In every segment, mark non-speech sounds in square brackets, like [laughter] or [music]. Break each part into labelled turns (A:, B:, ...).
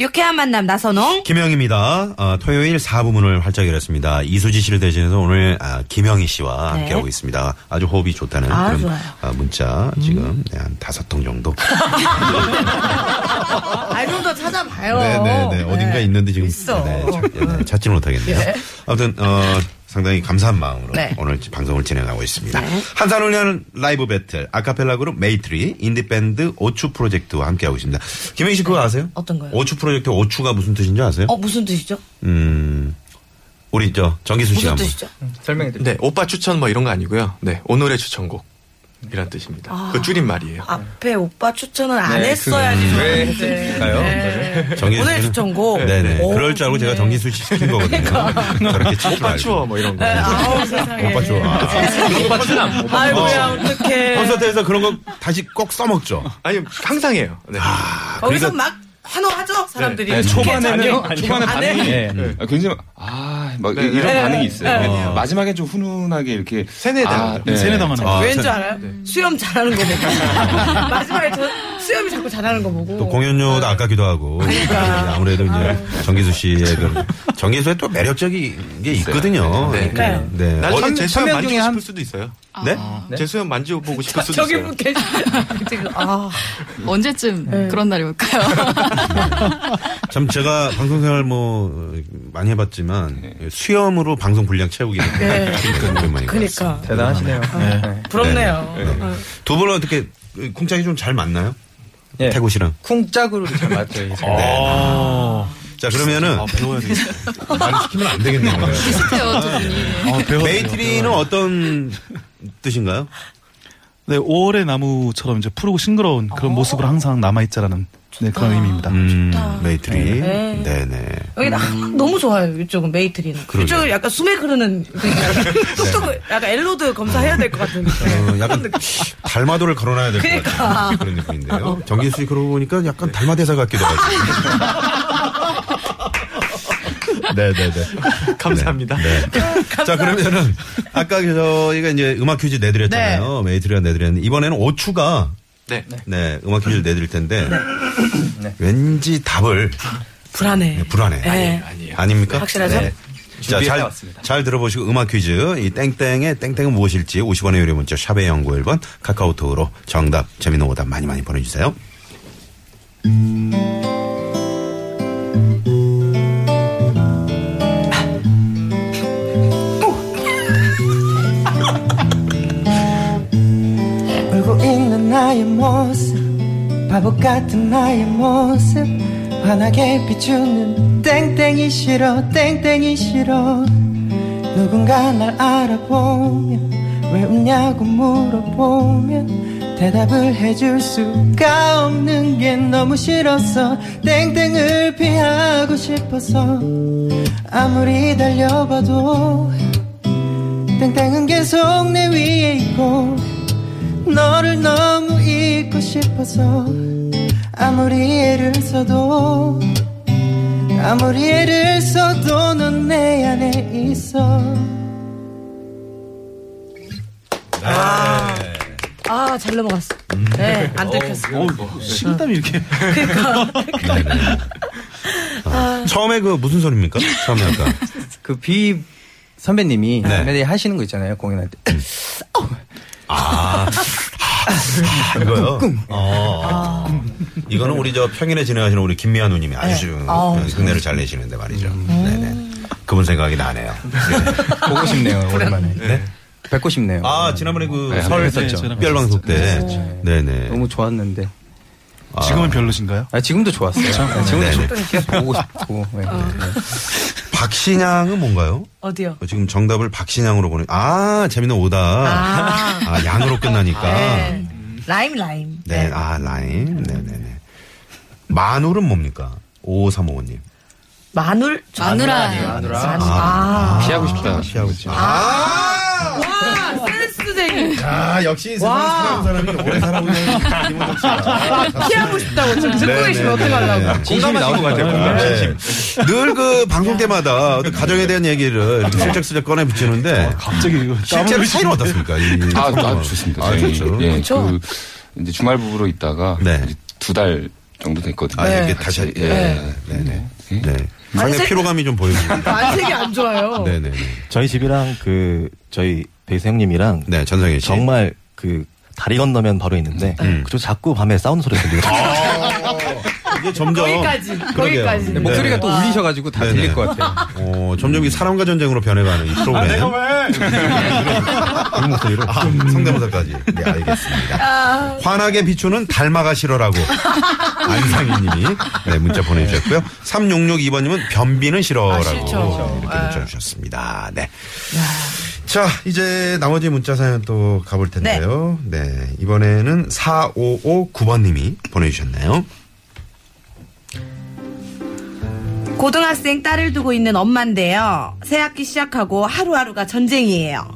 A: 유쾌한 만남 나선홍.
B: 김영입니다. 어, 토요일 4부문을 활짝 열었습니다. 이수지 씨를 대신해서 오늘 아, 김영희 씨와
A: 네.
B: 함께하고 있습니다. 아주 호흡이 좋다는
A: 아,
B: 그런
A: 좋아요. 음. 어,
B: 아, 문자 지금 네, 한 다섯
A: [laughs]
B: 통 정도.
A: 알좀더 찾아봐요.
B: 네네네 어딘가 있는데 지금
A: 있어. 예.
B: 네, 찾- 네, 네, 찾지는 못하겠네요. 아무튼 어, 상당히 감사한 마음으로
A: 네.
B: 오늘 방송을 진행하고 있습니다. 한산을 위한 라이브 배틀 아카펠라 그룹 메이트리 인디밴드 오추 프로젝트와 함께하고 있습니다. 김영희 씨 그거 아세요?
A: 어떤 거요?
B: 오추 프로젝트 오추가 무슨 뜻인지 아세요?
A: 어 무슨 뜻이죠?
B: 음 우리 저 정기수
A: 무슨
B: 씨가 한번.
A: 뜻이죠?
C: 설명해 드릴게요.
D: 네, 오빠 추천 뭐 이런 거 아니고요. 네, 오늘의 추천곡이란 뜻입니다.
A: 아.
D: 그 줄임말이에요.
A: 앞에 오빠 추천은 안
C: 네,
A: 했어야지.
C: 그건 왜
A: 저는. 네.
B: 했을까요?
A: 네.
B: 아, 정기수
A: 오늘
B: 씨는-
A: 추천곡.
B: 네네.
A: 오,
B: 그럴 줄 알고 제가
A: 네. 그러니까.
B: 정기수 씨 시킨 거거든요. 저렇게 칠줄
D: 오빠
B: 알고.
D: 추워 뭐 이런 거.
A: 네, 아우 세상에.
B: 오빠 추워. 아,
D: 오빠 추남. 오빠 추남.
A: 아이고야 어떡해.
B: 콘서트에서 그런 거 다시 꼭 써먹죠.
D: 아니 항상 해요. 네.
E: 아,
A: 거기서
B: 그러니까-
A: 막 환호하죠 사람들이.
F: 네, 초반에는
A: 아니요, 아니요.
F: 초반에
A: 안
F: 반응이
A: 해.
F: 네. 아, 굉장히 아막
D: 네, 네.
F: 이런
D: 네,
F: 반응이 있어요. 마지막에 좀 훈훈하게 이렇게
D: 세뇌당.
F: 네.
G: 세뇌당하는
B: 아,
A: 왠 줄
B: 자,
A: 알아요? 수염 잘하는 거
B: [laughs]
A: 보고. 마지막에 저 수염이 자꾸 잘하는 거 보고.
B: 또 공연료도 아깝기도 하고.
A: 그러니까.
B: 네, 아무래도 이제 정기수 씨의 그 정기수의 또 매력적인 게 있거든요.
D: 네.
B: 그러니까, 네. 어,
D: 나중에 아.
G: 천-
D: 제 수염
G: 천명 중에
D: 만지고
G: 한-
D: 싶을 수도 있어요.
B: 네?
D: 제 수염 만지고 싶을 수도
A: 저기
D: 있어요.
A: 분 계시. [laughs] 지금 아
H: 언제쯤 그런 날이 올까요?
B: 참 제가 방송 생활 뭐 어, 많이 해봤지만
D: 네.
B: 수염으로 방송 분량 채우기.
A: 네.
B: 그러니까.
A: 그러니까
C: 대단하시네요. 네.
A: 부럽네요.
B: 두 분은 어떻게 그 쿵짝이 좀 잘 맞나요?
C: 예.
B: 태구 씨랑.
C: 쿵짝으로도 잘 맞죠. 이제.
B: 자 그러면은
D: 아, 배워야 되겠어요.
B: 안 시키면 안 되겠네요.
G: 어,
B: 아, 예.
H: 비슷해요, 두 분이.
G: 아,
B: 메이트리는 어떤 뜻인가요?
G: 네, 5월의 나무처럼 이제 푸르고 싱그러운
B: 어.
G: 그런 모습으로 항상 남아있자라는 네, 그런 의미입니다.
B: 음, 메이트리.
A: 네.
B: 네, 네.
A: 여기 나 [laughs] 너무 좋아요. 이쪽은 메이트리는.
B: 그러게요. 네.
A: 이쪽은 약간 숨에 흐르는
B: [laughs]
A: 뚝뚝 약간 엘로드 검사해야 될 것 같은 느낌.
B: 어, 약간 달마도를 걸어놔야 될 것 같은 그런 느낌인데요. 정기수 씨 그러고 보니까 약간 달마 대사 같기도 [laughs] 하고. 네, 네, 네.
D: 감사합니다.
E: 네,
B: 자, 그러면은 아까 저희가 이제 음악 퀴즈 내드렸잖아요. 메이트리가 내드렸는데 이번에는 오추가
D: 네.
B: 네, 음악 퀴즈를 내드릴 텐데 왠지 답을
A: 불안해.
B: 불안해.
A: 네.
D: 아니에요.
B: 아닙니까? 네.
A: 확실하죠?
B: 자, 잘,
C: 해왔습니다.
B: 잘 들어보시고 음악 퀴즈 이 땡땡의 땡땡은 무엇일지 50원의 유료 문자 샵의 연구 1번 카카오톡으로 정답 재미있는 오답 많이 많이 보내주세요.
I: 울고 있는 나의 모습 바보 같은 나의 모습 환하게 비추는 땡땡이 싫어 땡땡이 싫어 누군가 날 알아보면 왜 웃냐고 물어보면 대답을 해줄 수가 없는 게 너무 싫어서 땡땡을 피하고 싶어서 아무리 달려봐도 땡땡은 계속 내 위에 있고 너를 너무 잊고 싶어서 아무리 애를 써도 아무리 애를 써도 넌 내 안에 있어
A: 아, 잘 넘어갔어.
B: 음.
A: 네, 안 들켰어.
G: 식은땀이 이렇게.
B: 처음에 그 무슨 소리입니까? 처음에 아까.
C: 그 비 선배님이
B: 네.
C: 매일 하시는 거 있잖아요. 공연할 때.
B: 이거요? 어. 이거는 우리 저 평일에 진행하시는 우리 김미아 누님이 네. 아주 그 그렇죠. 음. 흉내를 잘 내시는데 말이죠. 네네. 그분 생각이 나네요.
C: [laughs] 보고 싶네요. 오랜만에.
D: 네.
C: 뵙고 싶네요.
B: 아, 지난번에
C: 네,
B: 그설
C: 했었죠.
B: 특별방송 때. 네네.
C: 너무 좋았는데.
G: 지금은 별로신가요?
C: 아, 지금도 좋았어요. 네, 지금도
B: 네,
C: 좋- 계속 보고 싶고. 네, 네.
B: 박신양은 뭔가요?
A: 어디요?
B: 어, 지금 정답을 박신양으로 보내. 아, 재밌는 오답. 아, [laughs]
A: 아.
B: 양으로 끝나니까.
A: 네.
B: 네.
A: 라임, 라임. 네.
B: 아, 라임. 네네네. 마눌은 뭡니까? 5535님.
A: 마눌? 저-
H: 마누라.
A: 마누라.
B: 아,
F: 시하고 싶다.
B: 시하고 싶다. 아!
A: 와, 센스쟁이.
B: 아, 역시 세상 사람이 오래 살아보는 네, 김호동 씨가.
A: [laughs] 피하고 싶다고 지금 듣고 계시면 어떡하려고.
J: 진심이 나온 것 같아요.
B: 네. 늘그 방송 때마다 어떤 가정에 대한 얘기를
A: 아.
B: 이렇게 슬쩍슬쩍 꺼내 붙이는데
G: 갑자기 이거
B: 실제로 차이는 어떻습니까? 이
F: 아,
B: 프로그램은.
F: 아 좋습니다.
B: 아,
F: 저희,
B: 좋죠.
F: 예,
A: 그쵸?
F: 그 이제 주말 부부로 있다가
B: 네.
F: 두 달 정도 됐거든요.
B: 아, 이렇게
F: 같이,
B: 다시-
F: 예.
B: 네. 네네. 네. 상당히 피로감이 좀 보입니다.
A: 안색이 안 좋아요.
B: 네네.
E: 저희 집이랑 그 저희 베이스 형님이랑
B: 네, 전성현 씨.
E: 정말 그 다리 건너면 바로 있는데
D: 네. 음.
E: 그쪽 자꾸 밤에 싸우는 소리가
A: 아,
E: 들리거든요.
B: 이게 점점
A: 거기까지,
B: 그러게요.
A: 거기까지.
B: 네.
J: 목소리가 또 울리셔가지고 다
B: 네네.
J: 들릴 것 같아요.
B: 어, 점점 이 사람과 전쟁으로 변해가는 이 프로그램. 그런 목소리로 아, 성대모사까지. 네,
A: 아.
B: 알겠습니다. 환하게 비추는 닮아가 싫어라고 안상희님이 네, 문자 보내주셨고요. 3662번님은 변비는
A: 아,
B: 싫어라고
A: 싫죠.
B: 이렇게
A: 네.
B: 문자 주셨습니다. 네. 자, 이제 나머지 문자 사연 또 가볼 텐데요. 네. 이번에는 4559번님이 보내주셨네요.
K: 고등학생 딸을 두고 있는 엄마인데요. 새 학기 시작하고 하루하루가 전쟁이에요.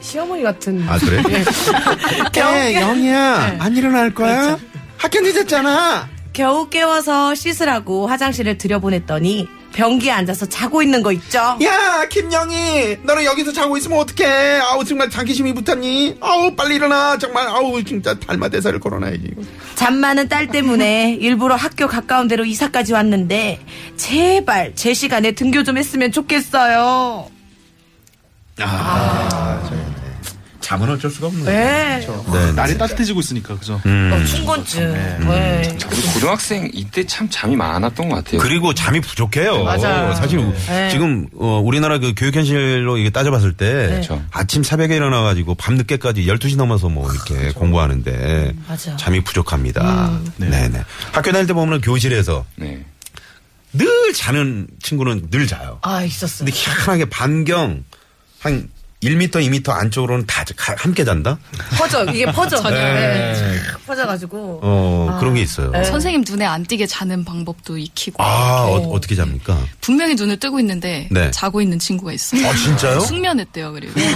A: 시어머니 같은.
B: 아, 그래?
E: 네,
B: 야, 영희야.
A: 네.
B: 안 일어날
A: 그렇죠.
B: 거야? 학교 늦었잖아.
K: 겨우 깨워서 씻으라고 화장실을 들여보냈더니 변기에 앉아서 자고 있는 거 있죠?
B: 야, 김영희. 너는 여기서 자고 있으면 어떡해. 아우, 정말 장기심이 붙었니? 아우, 빨리 일어나. 정말, 아우, 진짜 달마 대사를 걸어놔야지.
K: 잠 많은 딸 때문에 일부러 학교 가까운 데로 이사까지 왔는데 제발 제 시간에 등교 좀 했으면 좋겠어요.
B: 잠은 어쩔 수가 없네.
K: 예.
A: 네.
B: 네,
G: 날이 따뜻해지고 있으니까 그죠?
A: 어,
B: 음.
A: 춘곤증.
K: 예.
A: 네.
F: 우리 고등학생 이때 참 잠이 많았던 것 같아요.
B: 그리고 잠이 부족해요.
A: 예.
B: 어,
A: 맞아요.
B: 사실
A: 네.
B: 지금 어, 우리나라 그 교육 현실로 이게 따져봤을 때
F: 그렇죠.
B: 아침 새벽에 일어나 가지고 밤 늦게까지 12시 넘어서 뭐 이렇게 공부하는데
A: 맞아. 음.
B: 잠이 부족합니다. 네, 네. 학교 다닐 때 보면 교실에서
F: 네.
B: 늘 자는 친구는 늘 자요.
A: 아, 있었어.
B: 근데 희한하게 반경 한 1m, 2m 안쪽으로는 다 가- 함께 잔다?
A: 퍼져. 이게 퍼져.
I: 전혀.
A: 네. 아. 쫙 퍼져가지고.
B: 어, 그런 게 있어요.
I: 선생님 눈에 안 띄게 자는 방법도 익히고
B: 아, 어, 떻게 잡니까?
I: 분명히 눈을 뜨고 있는데
B: 네.
I: 자고 있는 친구가 있어요.
B: 아, 진짜요?
I: 숙면했대요 그리고. 네.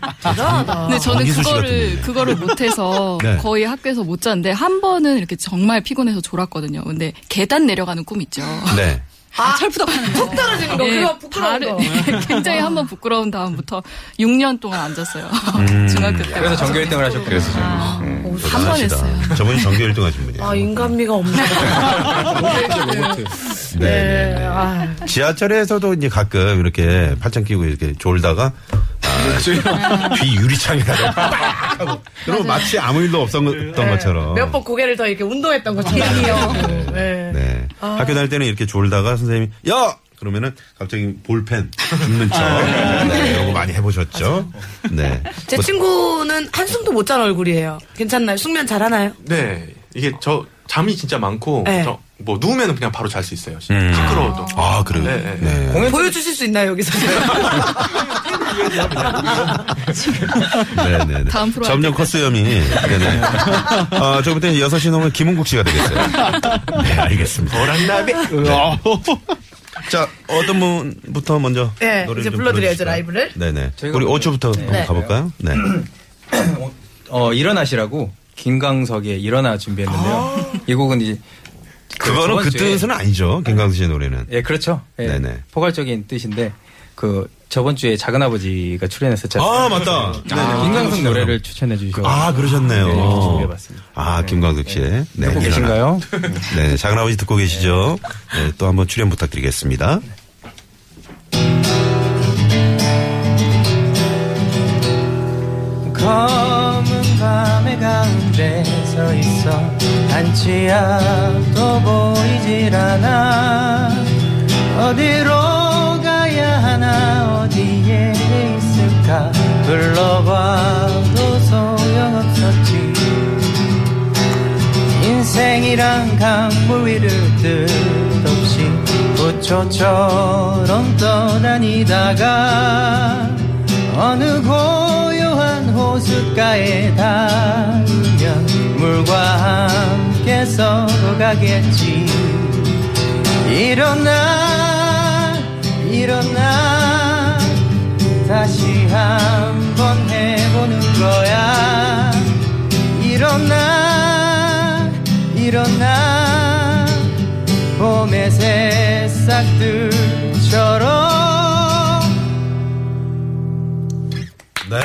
K: 아,
A: 대단하다.
I: 근데 저는
B: 박인수 아, 씨
I: 그거를
B: 같은데.
I: 그거를 못해서
B: [laughs] 네.
I: 거의 학교에서 못 잤는데 한 번은 이렇게 정말 피곤해서 졸았거든요. 근데 계단 내려가는 꿈 있죠.
B: 네.
I: 아, 철푸덕
A: 푹 떨어지는 거. 그거 부끄러운 거.
I: 네, 굉장히 한 번 부끄러운 다음부터 6년 동안 안 잤어요. [laughs] 중학교 때.
J: 그래서 전교 1등을 하셨고.
F: 그래서 저는 예.
I: 한 번
B: 대단하시다.
I: 했어요.
B: 네, 저분이 전교 1등 하신 분이에요.
A: 아, 인간미가 없네.
B: 네. 네.
A: 아,
B: 지하철에서도 이제 가끔 이렇게 팔짱 끼고 이렇게 졸다가 아, 귀 유리창에다가 빡 하고 그러면 마치 아무 일도 없었던 것처럼.
A: 몇 번 고개를 더 이렇게 운동했던 것처럼.
B: 어. 네. 네. 학교 다닐 때는 이렇게 졸다가 선생님이 야 그러면은 갑자기 볼펜 죽는 척 네, 이런 거 많이 해보셨죠? 네.
K: 제
B: 뭐,
K: 친구는 한숨도 못 잔 얼굴이에요. 괜찮나요? 숙면 잘하나요?
D: 네. 이게 저 잠이 진짜 많고
K: 네.
D: 저, 뭐 누우면 그냥 바로 잘 수 있어요.
B: 음.
D: 시끄러워도.
B: 아 그래요.
D: 네,
B: 네.
D: 네.
K: 보여주실 수 있나요 여기서?
B: 네, 네, 네.
I: 다음 프로
B: 점령
A: [laughs]
B: 코스염이. 네네. 아, 저부터 6시 넘으면 김은국 씨가 되겠어요. 네, 알겠습니다. 보란나비. 자, 어떤 분부터 먼저.
A: 네,
B: 노래를
A: 이제
B: 좀
A: 불러드려야죠,
B: 불러주실까요?
A: 라이브를.
B: 네네.
J: 저희가
B: 우리
J: 먼저-
B: 5초부터
J: 네.
B: 한번 가볼까요? 네.
J: 어, 일어나시라고 김강석의 일어나 준비했는데요. 이 곡은 이제 그
B: 그거는
J: 저번
B: 그
J: 주에-
B: 뜻은 아니죠. 김강수 씨의 노래는.
J: 예, 그렇죠. 예,
B: 네네.
J: 포괄적인 뜻인데 그 저번 주에 작은 아버지가 출연했었잖아요.
B: 아, 맞다. 네네.
J: 김강석 노래를 추천해 주셔서
B: 아, 그러셨네요.
J: 네, 준비해봤습니다.
B: 아, 김광석 씨의. 네.
J: 듣고
B: [laughs]
J: 계신가요?
B: 네, 작은아버지 듣고 계시죠? 네, 또 한번 출연 부탁드리겠습니다.
C: 검은 밤의 가운데 서 있어 한치앞도 보이질 않아 어디로 가야 하나 어디에 있을까 불러봐도 소용없었지 인생이란 강물 위를 뜻없이 부초처럼 떠다니다가 어느 고요한 호숫가에 닿으면 물과 함께 서로 가겠지 일어나 일어나 다시 한번 해보는 거야 일어나 일어나 봄의 새싹들처럼
B: 네.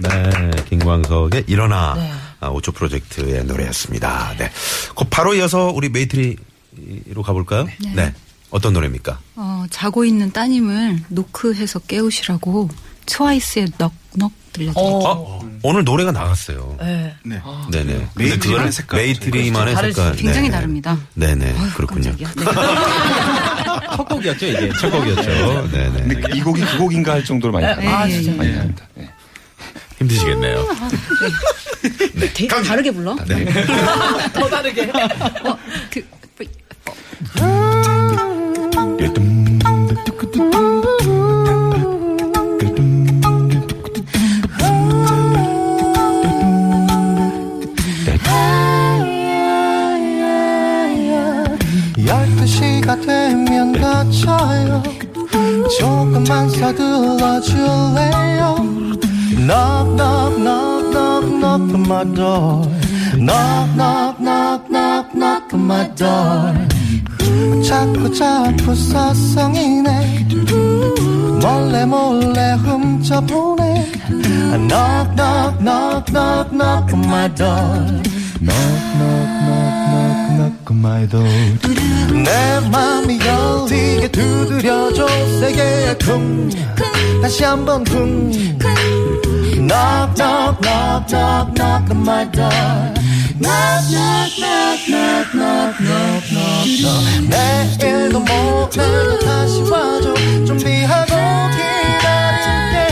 B: 네, 김광석의 일어나
I: 네.
B: 아, 오초 프로젝트의 노래였습니다. 네. 곧 바로 이어서 우리 메이트리로 가볼까요? 네. 어떤 노래입니까?
I: 어, 자고 있는 따님을 노크해서 깨우시라고 트와이스의 넉넉 들려드릴게요.
B: 어, 오늘 노래가 나갔어요.
K: [laughs] 네.
G: 네.
B: 네네.
G: 메이트리만의
B: 그거를
G: 색깔.
B: 메이트리만의
I: 다르지.
B: 색깔.
I: 굉장히 다릅니다.
B: 네네. 네. 그렇군요.
I: 깜짝이야.
J: 첫 곡이었죠 이게.
B: 첫 곡이었죠. 네네.
F: 근데 이 곡이 그 곡인가 할 정도로 많이
I: 네.
F: 다
I: 아, 진짜요?
F: 많이 합니다. 네.
B: 힘드시겠네요.
I: 음,
A: 되게 다르게 불러?
B: 네.
A: 더 다르게.
I: 어, 그,
C: 열두 시가 되면 다쳐요 조금만 서둘러 줄래요
E: Knock, knock, knock, knock, knock on my door. Knock, knock, knock, knock, knock on my door.
C: 자꾸 자꾸 사성이네 몰래 몰래 훔쳐보네
E: Knock, knock, knock, knock, knock on my door.
C: 내 맘이 열리게 두드려줘 세게 쿵 다시 한번 쿵
E: Knock, knock, knock, knock, knock on my door. Knock, knock, knock, knock, knock, knock, knock, knock.
C: 내일도 모레도 다시 와줘 준비하고 기다릴게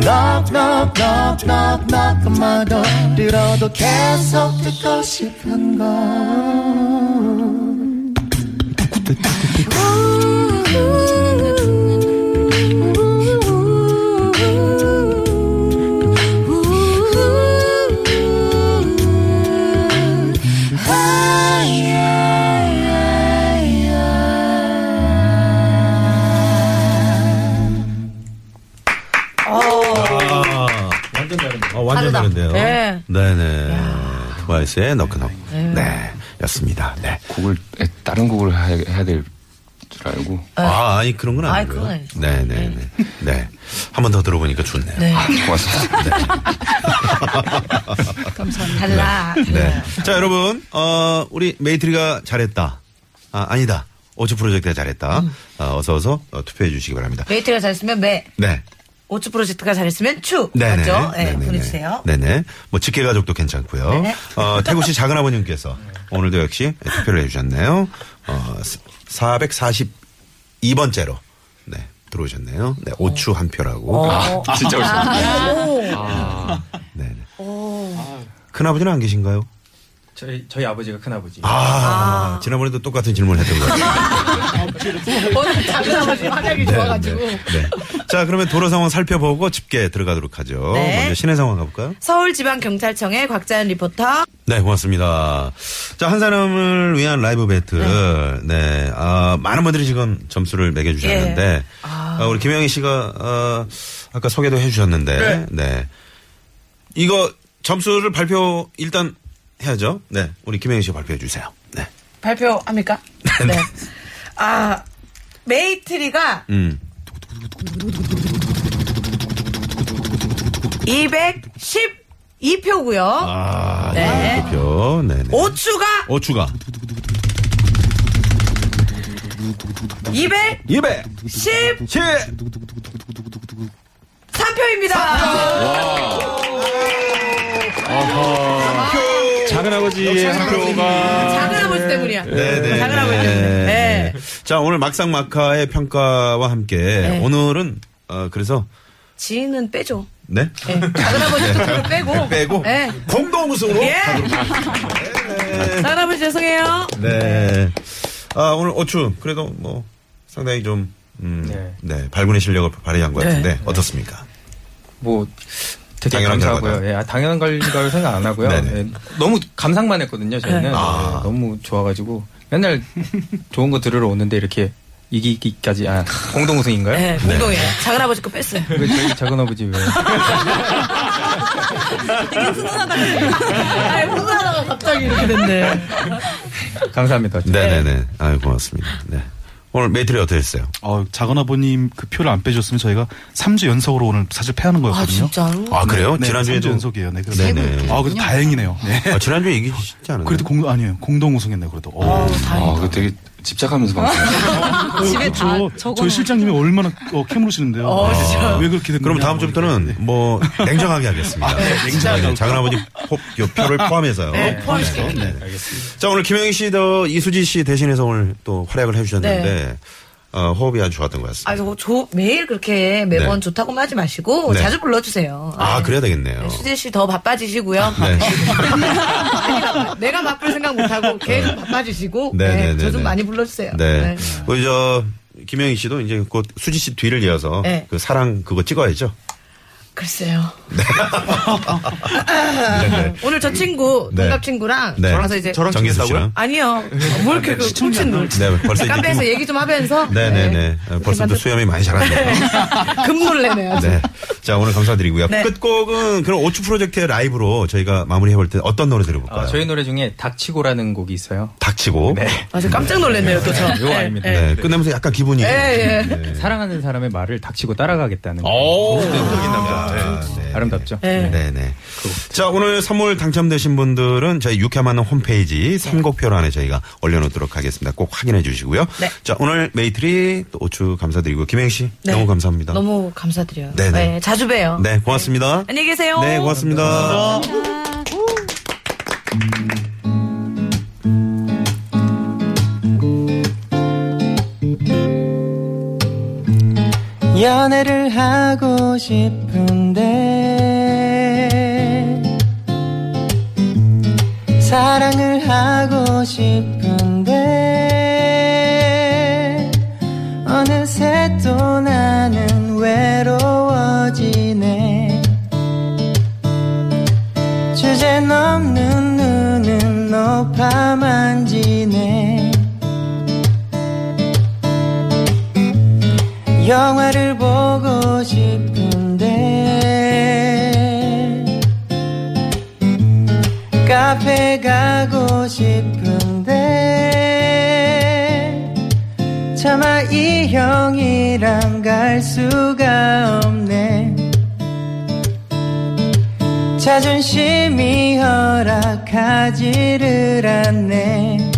E: Knock, knock, knock, knock, knock on my door.
C: 들어도 계속 듣고 싶은 걸
J: 완전
I: 아,
J: 다른데.
B: 어, 완전
K: 다르다.
B: 다른데요.
K: 네.
B: 네네. 트와이스의 너크넉. 네. 였습니다. 네.
F: 곡을 에, 다른 곡을 하- 해야 될 줄 알고
B: 아, 아니, 그런 건
K: 네. 아이,
B: 아니고요.
K: 그건 아니죠.
B: 네네네. 네. 한 번 더 들어보니까 좋네요.
K: 네.
F: 고맙습니다.
K: 감사합니다. 달라.
B: 네. 자, 여러분, 어, 우리 메이트리가 잘했다. 아, 아니다. 오츠 프로젝트가 잘했다.
K: 음.
B: 어, 서 어서 어, 투표해 주시기 바랍니다.
K: 메이트가 잘했으면 매.
B: 네.
K: 오츠 프로젝트가 잘했으면 추.
B: 네네.
K: 맞죠? 네,
B: 네네네.
K: 보내주세요.
B: 네네. 뭐, 직계가족도 괜찮고요.
K: 네네.
B: 어, 태국 씨 작은아버님께서 오늘도 역시 투표를 해주셨네요. 어, 442번째로. 네. 들어오셨네요. 네. 오추 한 표라고.
K: 어.
F: 아, [laughs] 진짜 감사합니다.
B: 네네. 큰아버지는 안 계신가요?
J: 저희 저희 아버지가 큰 아버지.
B: 아, 지난번에도 똑같은 질문을 했던 것 [laughs] 같아요.
K: 아,
B: 네. 자, 그러면 도로 상황 살펴보고 집계 들어가도록 하죠.
K: 네.
B: 먼저 시내 상황 가볼까요?
K: 서울지방경찰청의 곽자연 리포터.
B: 네, 고맙습니다. 자, 한 사람을 위한 라이브 배틀. 네. 아, 많은 분들이 지금 점수를 매겨주셨는데, 아, 우리 김영희 씨가, 어, 아까 소개도 해주셨는데, 네. 이거 점수를 발표 일단 해야죠. 네. 우리 김영희 씨 발표해 주세요. 네.
K: 발표합니까? 네. 아, 메이트리가
B: 음.
K: 212표고요.
B: 아,
K: 네.
B: 네. 발표. 네네.
K: 오추가
B: 오추가
K: 213표입니다.
B: 200. 7.
J: 작은
D: 예,
J: 아버지의 한 표가
K: 작은 아버지 때문이야.
B: 네네.
K: 작은 아버지 때문에. 네.
B: 자, 오늘 막상 막하의 평가와 함께 오늘은 어 그래서
K: 지인은 빼줘.
B: 네.
K: 네. 작은 아버지 쪽으로 빼고.
B: 빼고
K: 네.
B: 공동 우승으로
K: 예. 작은 아버지 죄송해요.
B: 네. 아, 오늘 오추 그래도 뭐 상당히 좀 음, 네.
J: 네.
B: 발군의 실력을 발휘한 것 같은데 어떻습니까?
J: 뭐
F: 되게
B: 당연한
F: 감사하고요.
B: 결과다.
F: 예, 아, 당연한 걸, 걸 생각 안 하고요.
B: [laughs] 네네.
F: 예, 너무 감상만 했거든요. 저희는
B: 네. 아.
F: 예, 너무 좋아가지고 맨날 좋은 거 들으러 오는데 이렇게 이기기까지 아 공동 우승인가요?
L: 네, 공동에 작은 아버지 거 뺐어요.
F: 왜 저희 작은 아버지 왜?
L: 되게 훈훈하다. 아니, 훈훈하다가 갑자기 이렇게 됐네.
F: 감사합니다. 진짜.
B: 네네네. 아유, 고맙습니다. 네. 오늘 메이트리 어떠셨어요?
I: 어, 작은 아버님 그 표를 안 빼줬으면 저희가 3주 연속으로 오늘 사실 패하는 거였거든요.
L: 진짜로?
B: 아, 그래요?
I: 네,
B: 지난주에도.
I: 3주 연속이에요. 네, 그래서.
B: 네네.
I: 아, 그래도 다행이네요. 네.
B: 아, 지난주에 이기시지 않았나요?
I: 그래도 공 아니에요. 공동 우승했네 그래도. 어.
M: 아, 그 되게 집착하면서 방송.
I: 아, 집에 저, 저희 실장님이 얼마나 어, 캐물으시는데요. 왜 그렇게 됐냐
B: 그럼
C: 네.
B: 다음 주부터는 뭐 냉정하게 하겠습니다.
I: 냉정하게
B: 네, 작은아버지 폭, 요 표를 포함해서요.
I: 포함시켜.
B: 네. 자 오늘 김영희 씨, 더 이수지 씨 대신해서 오늘 또 활약을 해주셨는데 어, 호흡이 아주 좋았던 것 같습니다.
A: 네. 아,
B: 아,
A: 저, 저 매일 그렇게 매번 좋다고만 하지 마시고
B: 네. 아,
A: 자주 불러주세요.
B: 그래야 되겠네요.
A: 수재 씨 더 바빠지시고요. [laughs]
B: 네.
A: 많이 바빠- 내가 바쁠 생각 못하고 계속 바빠지시고
B: 네, 네, 네,
A: 저 좀
B: 네.
A: 많이 불러주세요.
B: 네.
A: 네.
B: 우리 저 김영희 씨도 이제 곧 수지 씨 뒤를 이어서
A: 네.
B: 그 사랑 그거 찍어야죠.
A: 글쎄요. 아,
B: 네, 네.
A: 오늘 저 친구
B: 네.
A: 동갑 친구랑
B: 네.
A: 가서 이제
D: 저랑
B: 정기수
D: 찍겠다고요?
B: 씨랑.
A: 아니요. 뭘 이렇게 그 훔친 놀
B: 네, 벌써 이제
A: 카페에서
B: 금-
A: 얘기 좀 하면서
I: [laughs]
B: 네네네. 어, 벌써부터 수염이 많이 자랐네요.
A: 급놀래네요.
B: 네. 자, 오늘 감사드리고요.
A: 네.
B: 끝곡은 그럼 오츠 프로젝트의 라이브로 저희가 마무리해볼 때 어떤 노래 들어볼까요?
F: 아, 저희 노래 중에 닥치고라는 곡이 있어요.
B: 닥치고. 네.
A: 아주 깜짝 놀랐네요. 또 저.
F: 네, 요거 아닙니다.
B: 끝내면서 약간 기분이.
A: 예,
B: 네.
F: 사랑하는 사람의 말을 닥치고 따라가겠다는
B: 오, 적인 남자.
F: 거. 아름답죠.
B: 아, 네네. 자, 오늘 선물 당첨되신 분들은 저희 육회 만남
A: 네.
B: 홈페이지 선곡표 안에 저희가 올려놓도록 하겠습니다. 꼭 확인해 주시고요.
A: 네.
B: 자, 오늘 메이트리 또 오추 감사드리고 김행 씨 너무 감사합니다.
A: 너무 감사드려요.
B: 네네.
A: 네, 자주 봬요.
B: 네, 고맙습니다.
A: 안녕히 계세요.
B: 네, 고맙습니다.
C: 연애를 하고 싶은데 사랑을 하고 싶은데 어느새 또 나는 외로워지네 주제 넘는 눈은 높아만 지네 영화를 보고 싶은데 카페 가고 싶은데 차마 이 형이랑 갈 수가 없네 자존심이 허락하지를 않네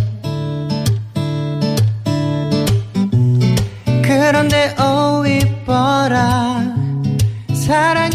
C: 그런데 오 이뻐라 사랑